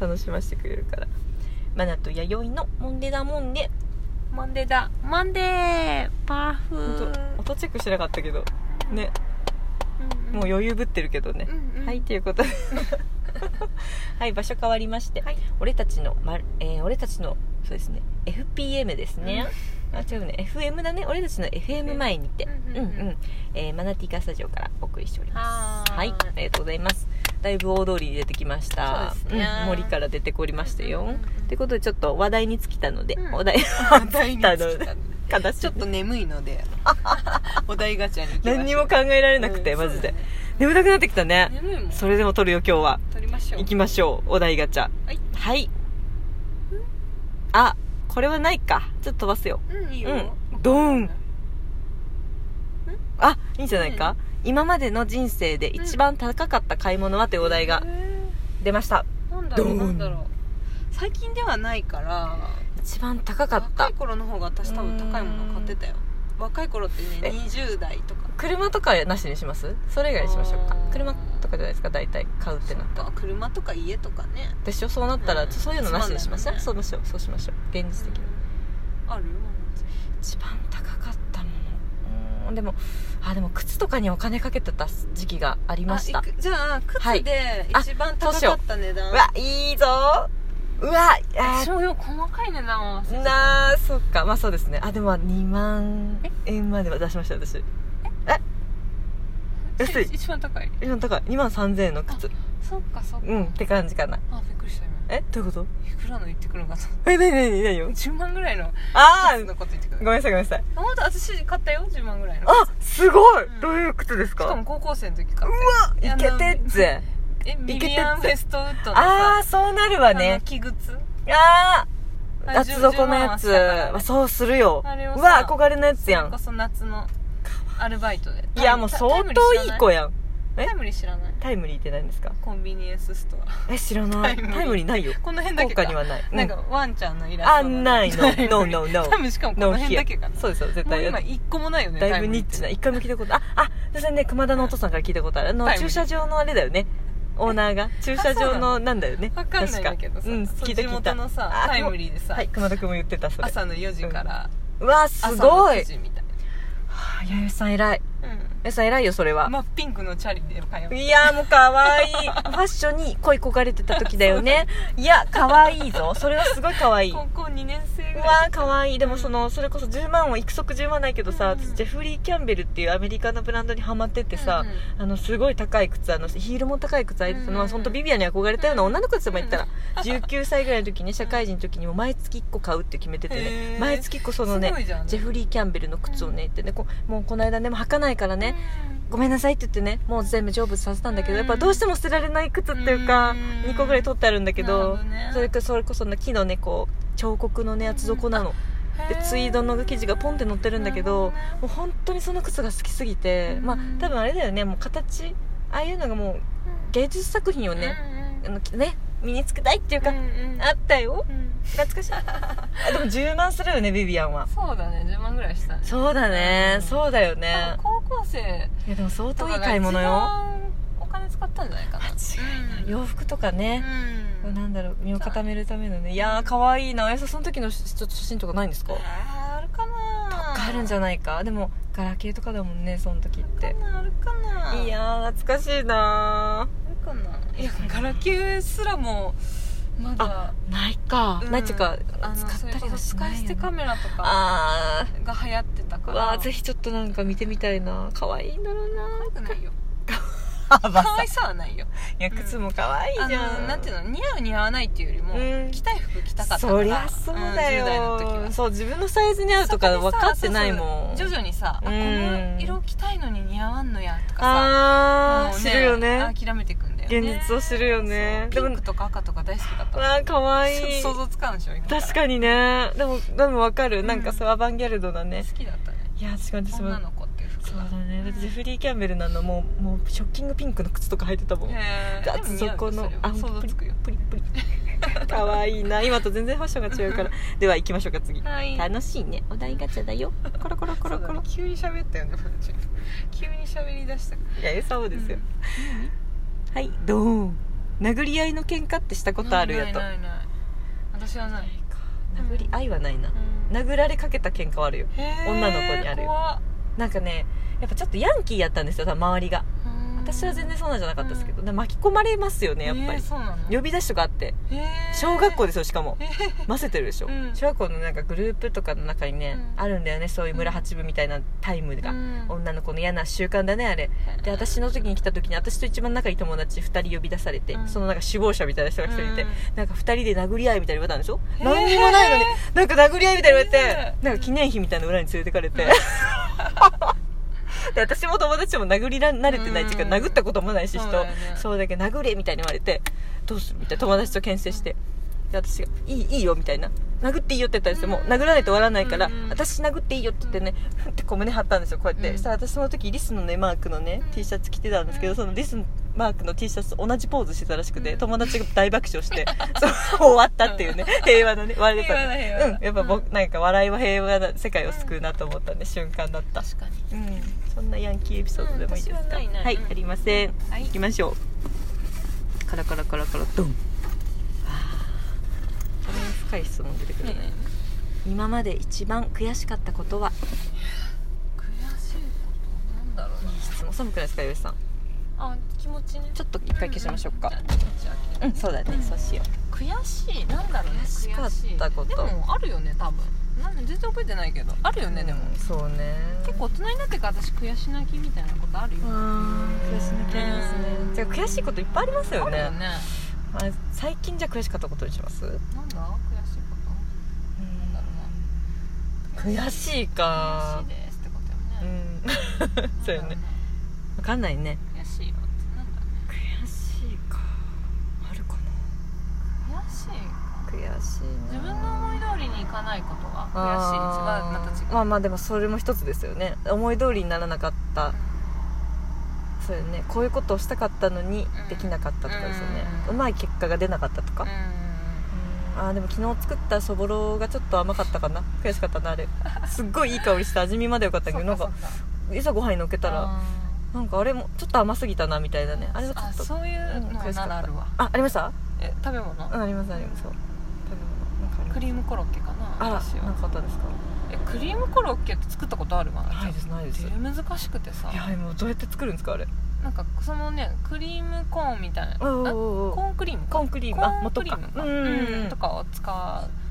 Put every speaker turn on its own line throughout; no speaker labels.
楽しませてくれるからマナと弥生のモンデダモンデ
マンデーだマンデーパーフ
ほんと音チェックしてなかったけどね
うん
もう余裕ぶってるけどね
う、んうん
はいという ことではい場所変わりまして、
はい
俺たちの、まえー俺たちのそうですね FPM ですね、あ違うね FM だね俺たちの FM 前にて、
うん
う
うんん
う
うんん
えーマナティカスタジオからお送りしております
はーい
ありがとうございますだいぶ大通りに出てきました
そうですね
ん、森から出てこりましたよ、
うんうんうんうん
ってことでちょっと話題に尽きたので、
うん
お 題
話題に
た
尽
の
きた
悲しい
ちょっと眠いの でお題ガチャに行きましょう
何にも考えられなくて、
うん
マジで、
そう
眠たくなってきたね
だね眠いもん
それでも撮るよ今日は
取りましょう
行きましょうお題ガチャ
はい
あこれはないかちょっと飛ばすよ
うんいいよ
うんドーンあいいんじゃないか、今までの人生で一番高かった買い物はというお題が
え
出ました
ーなんだろ
ドー
う
ン
なんだろう最近ではないから
一番高かった
若い頃の方が私多分高いもの買ってたよ若い頃って
え
ね20代とか
車とかなしにしますそれ以外にしましょうか
あー
車とかじゃないですか大体買うってなったら
とか車とか家とかね
でしょそうなったら、
うん
そういうのなしにしましょう
そ
そ,、
う
しようそうしましょう現実的に、
ある
一番高かったものうーんでもあでも靴とかにお金かけてた時期がありました
あいくじゃあ
はい
靴で
あ
一番
そう
高
しよ
か
う
った値段
うわいいぞうわあ
私もよく細かい値段を忘れてた
なあそっかまあそうですねあでも2万円までは出しました私安い
一番高い
今高い2万3000円の靴
そっかそっか
うんって感じかな
あびっくりした今
えどういうこ
いくらの言ってくるのかと
とえ なになになによ
10万ぐらいの
ああ
靴のこと言ってく
ご
る
めんなさいごめんなさい
本当私買ったよ10万ぐらいのし
あすごい、
うん
どういう靴です
かも
か
高校生の時買っ
い
たよ
けてっ
あ
つ
の
け
え
てっつ
ミリアン・ウェストウッドの
あ
さ
あそうなるわ
あの
ね
木靴
ああ
あ
夏底のやつ
10万はしたから
まあそうするよ
あれを
う
さ
わ憧れのやつや
それ
ん
こそ夏のアルバイトで
いやもう相当いい子
や
やんえ
タイムリー知らない
タイムリーって何ですか
コンビニエンスストア
え知らない
タイムリー
タイムリーないよ
この辺だ
効
けか
果にはない
なんか
う
ワンちゃんのイラ
あ
ストの
ない の
タイムリー
No no no
多分しかもこの辺だけかな
そうですよ絶
もう
対
今一個もないよね
だいぶニッチな
タイムリーって
一回も聞いたことああ私ね熊田のお父さんから聞いたことあるあの
タイムリー
駐車場のあれだよねオーナーが駐車場のなんだよね
わかんないんだけどさ、
確かうん
そう
聞いた
地
聞い
元
た
のさ
あ
タイムリーでさ、
はい熊田君も言ってたそれ
朝の4時から
うわ
朝
す
の
ごい
9時みたい
はあ弥生さん偉い
な、
弥生さん偉いよそれ
う
は
ん、真っピンクのチャリで通う
いやもう可愛いファッションに恋焦がれてた時だよ ねいや可愛いぞそれはすごい可愛い
高校2年生
う
ぐらい
わーかわいいでもそのそれこそ10万を幾足10万ないけどさ、
うんうん
私ジェフリー・キャンベルっていうアメリカのブランドにハマってってさ、
う
あのすごい高い靴あのヒールも高い靴履いてたのは、
うんうん
ほんとビビアに憧れたような女の子ですよ、
うんう
言
ん
ったら19歳ぐらいの時に社会人の時にも毎月1個買うって決めててね
へー
毎月1個そのね
すごいじゃん
ジェフリー・キャンベルの靴をねってねこもうこの間ねもう履かないからね、ごめんなさいって言ってねもう全部成仏させたんだけど、
うん
やっぱどうしても捨てられない靴っていうか、
うん
2個ぐらい取ってあるんだけど
なるほどね
それかそれこそ、ね、木のねこう彫刻のね厚底なの、でツイードの生地がポンって載ってるんだけど、もう本当にその靴が好きすぎて、
うん
まあ多分あれだよねもう形ああいうのがもう芸術作品をね,、あのきね身につけたいっていうか、あったよ懐かしい あでも10万するよねビビアンは
そうだね10万ぐらいしたね
そうだね、
うん
そうだよね
高校生
いやでも相
と
当い
か
い
が
買い
一
物よ
番お金使ったんじゃないかな
間違いない洋服とかね、
うんうん
なんだろう身を固めるためのねいやー可愛いなあやさその時のしちょっと写真とかないんですか
あーあるかな
あるんじ
ゃ
ゃないかでもガラケーとかだもんねその時って
あるかない
いやー懐かしいな
あるかないやガラケーすらもまだ
ーないか、
うん
ないっていうか
あの
使ったりはし
それこそ
な
使い
い
捨て
よ
カメラとか
あ
が流行ってた
ー
か
う
ら
わーぜひちょっとなんか見てみたいな可愛いんだろうな
可愛くないよ
あば
可愛さはないよ
いや靴も可愛い
あ
じゃん
のなんていうの似合う似合わないっていうよりも、
うん
着たい服着たかったから
そりゃそうだよ、
ん10代の時は
そう自分のサイズに 合うとか分かってないもん
そこでさそうそう徐々にさ、あ
う
こ
ん
の色着たいのに似合わんのやとかさ
あ
も
あ
う
知るよね
諦めていくんだよね
現実を知るよねで
そうピン
も
クとか赤とか大好きだった
わあかわいい
想像つかんでしょ今
確
に
かにねでもでもわかる、
うん
なんかそうアバンギャルドなね
好きだったね
いや確かに私も
女の子っていう
そ
服
う
が
だねだってジェ
へ
フリー・キャンベルなのもうもうショッキングピンクの靴とか履いてたもん
え
だって
でも似合うよ
そこの
れは
あ
想像つくよ
プリプリ かわいいな今と全然ファッションが違うからでは行きましょうか次
はい
楽しいねお題ガチャだよコロコロコロコロ
急に喋ったよね急に喋り出した
いやエサオですよ
うん
はいドーン殴り合いの喧嘩ってしたことあるやと
ないないない私はない
殴り合いはないな
うん
殴られかけた喧嘩はあるよ
へー
女の子にあるよ
怖っ
なんかねやっぱちょっとヤンキーやったんですよ多分周りが私は全然そんなんじゃなかったですけど、で巻き込まれますよねやっぱ
えー
り、
そうなの
呼び出しとかあって
へー
小学校ですよしかも混ぜてるでしょ、
うん
小学校のなんかグループとかの中にね、
うん
あるんだよねそういう村八分みたいなタイムが、
うん
女の子の嫌な習慣だねあれで私の時に来た時に私と一番仲いい友達2人呼び出されて、
うん
そのなんか首謀者みたいな人が1人いて、
うん
なんか2人で殴り合いみたいに言われたんでしょ
へー
何にもないのになんか殴り合いみたいに言われて
へー
なんか記念碑みたいな裏に連れてかれ て、で私も友達も殴りら慣れてないっていうか、
うん
殴ったこともないし人
そうだよね
そうだけど殴れみたいに言われてどうするみたいな友達と牽制してで私が「いいいいよ」みたいな「殴っていいよ」って言ったんですよもう殴らないと終わらないから
う
「
ん
私殴っていいよ」って言ってねふんってこう胸張ったんですよこうやっ
う
て
ん
したら私その時リスのねマークのね T シャツ着てたんですけどそのリスマークの T シャツと同じポーズしてたらしく
う
て
ん
友達が大爆笑してそう終わったっていうね平和なね笑い
平和だ平和だ
うんやっぱ僕なんか笑いは平和な世界を救うなと思ったんで瞬間だった
確かに
うんそんなヤンキーエピソードでもいいですか、
うん私はないない
はい
うん
ありません、
はい
行きましょうカラカラカラカラドンあーこれも深い質問出てくるね、今まで一番悔しかったことは
悔しいことなんだろうない
い質問寒くないですかよしさん
あ気持ちね
ちょっと一回消しましょうか
んんじゃあ気持ちは消
うん、そうだね、
うん
そうしよう
悔しいなんだろうね
悔しかったこと
悔しいでもあるよね多分なん全然覚えてないけどあるよね、でも
うんそうね
結構大人になってから私悔し泣きみたいなことあるよ、
うーん悔しなきゃいけますね
うん
てか悔しいこといっぱいありますよ
あ
ね
るよね
あれ最近じゃあ悔しかったことにします
なんだ悔しいことなんだろ
悔しいう
な
か
悔しいですってこと
う
よね、
ん
な
そ
ん
う
だ
よ
ろ
ね
な
分かんないね
悔しいよってなんだろう
悔しいかあるか
ね悔しい
な悔しい
自分の思い通りにいかないことは悔しい違うまた違う、
まあまあでもそれも一つですよね思い通りにならなかったそうよねこういうことをしたかったのに
うん
できなかったとかですよね
うん
うまい結果が出なかったとかあーでも昨日作ったそぼろがちょっと甘かったかな悔しかったなあ れすっごいいい香りして味見までよかったけどなんかいざご飯にのっけたらなんかあれもちょっと甘すぎたなみたいなねあれはちょ
あ
っと
そういうのはならあるわ
あありました
え食べ物、
うんありますありますそう食べ物なんかあります
クリームコロッケかな
あら
私は
なんかあったんですか
えクリームコロッケって作ったことあるわ
ないですないです
え難しくてさ
いやでもどうやって作るんですかあれ
なんかそのねクリームコーンみたいなあ
おうおう
コ
おう
ーンクリームか
コンクリーム
コ
あ
ーン
元
クリ
か
ーム
う
かうん
ん
とかを使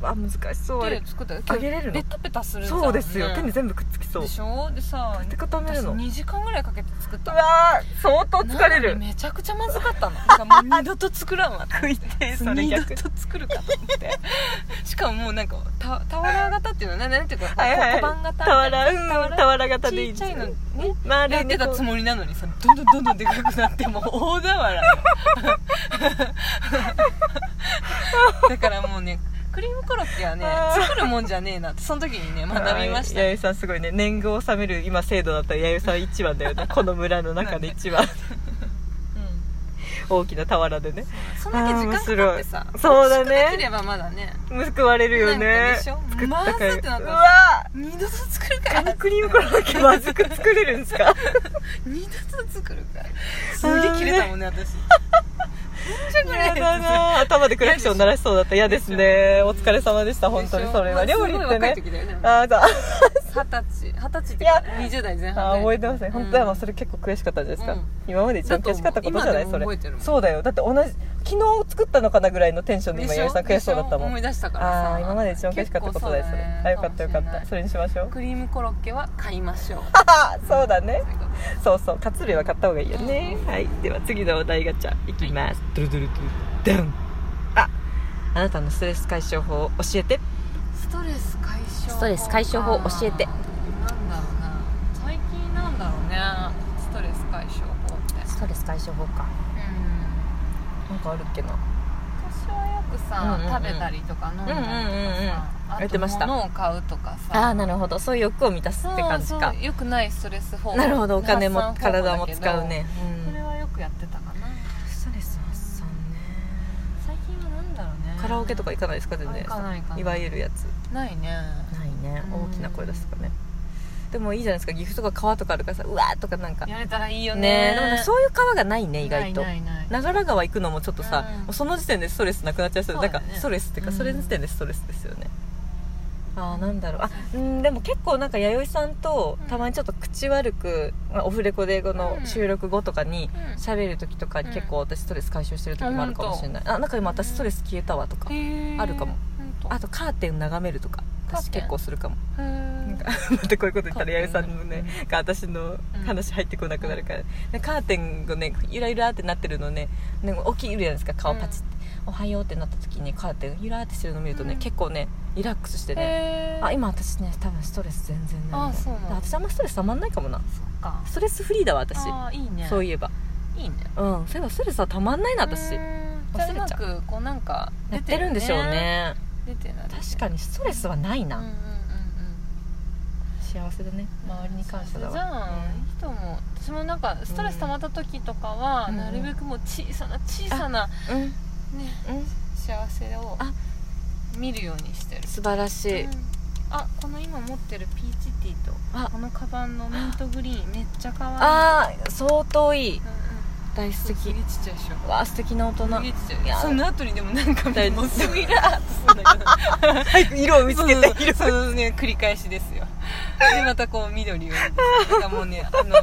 あ難しそうあ
って
れ
作った
あげれるの
ベタベタするじゃん
そうですよ
ね
手に全部くっつきそう
でしょでさ
て固め
私
るの
2時間ぐらいかけて作った
わー相当
なのにめちゃくちゃまずかったのだからもう二度と作らんわ
食いてえそれ
二度
逆
と作るかと思ってしかももうなんかタタワラー型っていうのはなんていうか
はいはい
小判型み
俵
たいな
うん俵型でいい
ちっちゃいのね
ま
やってたつもりなのにさどんどんどんどんでかくなってもう大俵よだからもうねクリームコロッケはね
あー
作るもんじゃねえなってその時にね学びました
弥生さんすごいね年貢を納める今制度だったら弥生さん一番だ よねこの村の中で一番
うん
大きな俵でね
そんだけ時間かかってさ
あー面白いそうだね
美味しくなければまだね
報われるよ
なん
ね
かでしょ
作ったか
ま
い
ずってなっ
う
た
わ
二度と作る
ー
か
あの
ら
クリームコロッケまずく作れるんです か
二度と作るからすげえ切れたもんね私なんじゃこ れ
やだな頭でクラクション鳴らしそうだった嫌ですねお疲れ様でした本当にそれは
でしょ
料理って
まあ
ね
すごい若い時だよね
あーだ
二十歳二十歳っていうか20代前半
あ
ね
ー覚えてますね本当
うん
はもうそれ結構悔しかったんじゃないですか、
うん
今まで一番悔しかったことじゃない
だと
それ
思う今でも覚えてるもん
そうだよだって同じ昨日作ったのかなぐらいのテンションで今
でしょ
八重さん悔しそうだったもん
思い出したからさ
ああー今まで一番悔しかったことだよそれあよかったよかったそ
れ
れにしましょう
クリームコロッケは買いましょう
そうだね
ということで
そうそうカツ類は買った方がいいよね、はいでは次のお題ガチャいきます、ドゥルドゥルドゥルダンああなたのストレス解消法を教えて
ストレス解消法
ストレス解消法教えて
なんだろうな最近なんだろうねストレス解消法ってうん
ストレス解消法かなんかあるっけな
昔はよくさ、
うんうんうん
食べたりとか飲んだりとかさ、
うんうんうんうんや
あ
って
と
ました
物を買うとか
あ
さ
あなるほどそういう欲を満たす
そう
って感じか
そうよくないストレス方法
なるほどお金も
発散方法
体
だ
も
けど
使うね、うん
それはよくやってたかな
ストレス発散ね
最近はなんだろうね
カラオケとか行かないですか全然
あ行かない行かない
わゆるやつ
ないね
ないね
うん
大きな声出すとかねでもいいじゃないですか岐阜とか川とかあるからさうわーとかなんかね
やれたらいいよね
でもなんかそういう川がないね意外と
ないないない
長良川行くのもちょっとさ、
うん
もうその時点でストレスなくなっちゃいそうで
そうだ
な
ね
んかストレスっていうか、
うん
それの時点でストレスですよねああなんだろうあうんでも結構なんか弥生さんと
うん
たまにちょっと口悪く、まあ、オフレコでこの
うん
収録後とかに喋る時とかに
うん
結構私ストレス解消してる時もあるかもしれない、あなんか今私ストレス消えたわとか、あるかもあ
あ
とカーテン眺めるとか
カーテ
私
ン
結構するかも
な
なんかまたこういうこと言ったら弥生さんの
う
ねが私の話入ってこなくなるから、でカーテンがねゆらゆらってなってるのねね起きるじゃないですか顔パチって、おはようってなった時にカーテンゆらーってしてるの見るとね、
うん
結構ねリラックスしてね、
へー
あ今私ね多分ストレス全然ない
あそうなんだ
私あんまストレスたまんないかもな
そっか
ストレスフリーだわ私
あーいいね
そういえば
いいね
うんそういえばストレスはたまんないな私
う
や
ん
忘
じ
れ
ゃ
ちゃ
あ
う
うまくこうなんか出
ってるんでしょうね
出てない
確かにストレスはないな、
うんうんうん
幸せだね
うん
周りに感謝だわ
じゃあいいと思う私もなんかストレス溜まった時とかは
うん
なるべくもう小さな小さな
うん、
ね
うん、
幸せを
あ
見るようにしてる
素晴らしい、
うんあこの今持ってるピーチティーと
あ
このカバンのミントグリーンめっちゃ可愛い
ああ相当いい
うんうん
大
そ
素
うす
敵
げえちっちゃいでしょ
わあ素敵な大人
すげえちっちゃい
いや
その後にでもなんか
大事
もうすぐイラーっとするんだけど
色を見
そうそうそうそのね繰り返しですよでまたこう緑を見てなんかもうねあの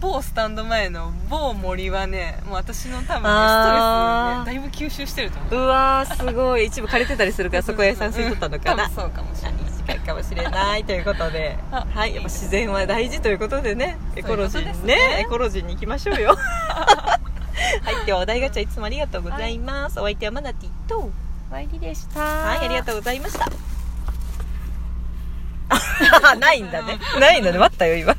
某スタンド前の某森はねもう私の多分ねストレスをね
あー
だいぶ吸収してると思う
うわーすごい一部借りてたりするからそこへ賛成取ったのか
う
なん
多分そうかもしれない
近いかもしれないということで
あ
はいやっぱ自然は大事ということでねエコロジー
そういうこ
に
と
ね
ですね
エコロジーに行きましょう よはい今日はお題ガチャいつもありがとうございます、お相手はマナティと
ワイリでした
はいありがとうございました ないんだねないんだね待ったよ今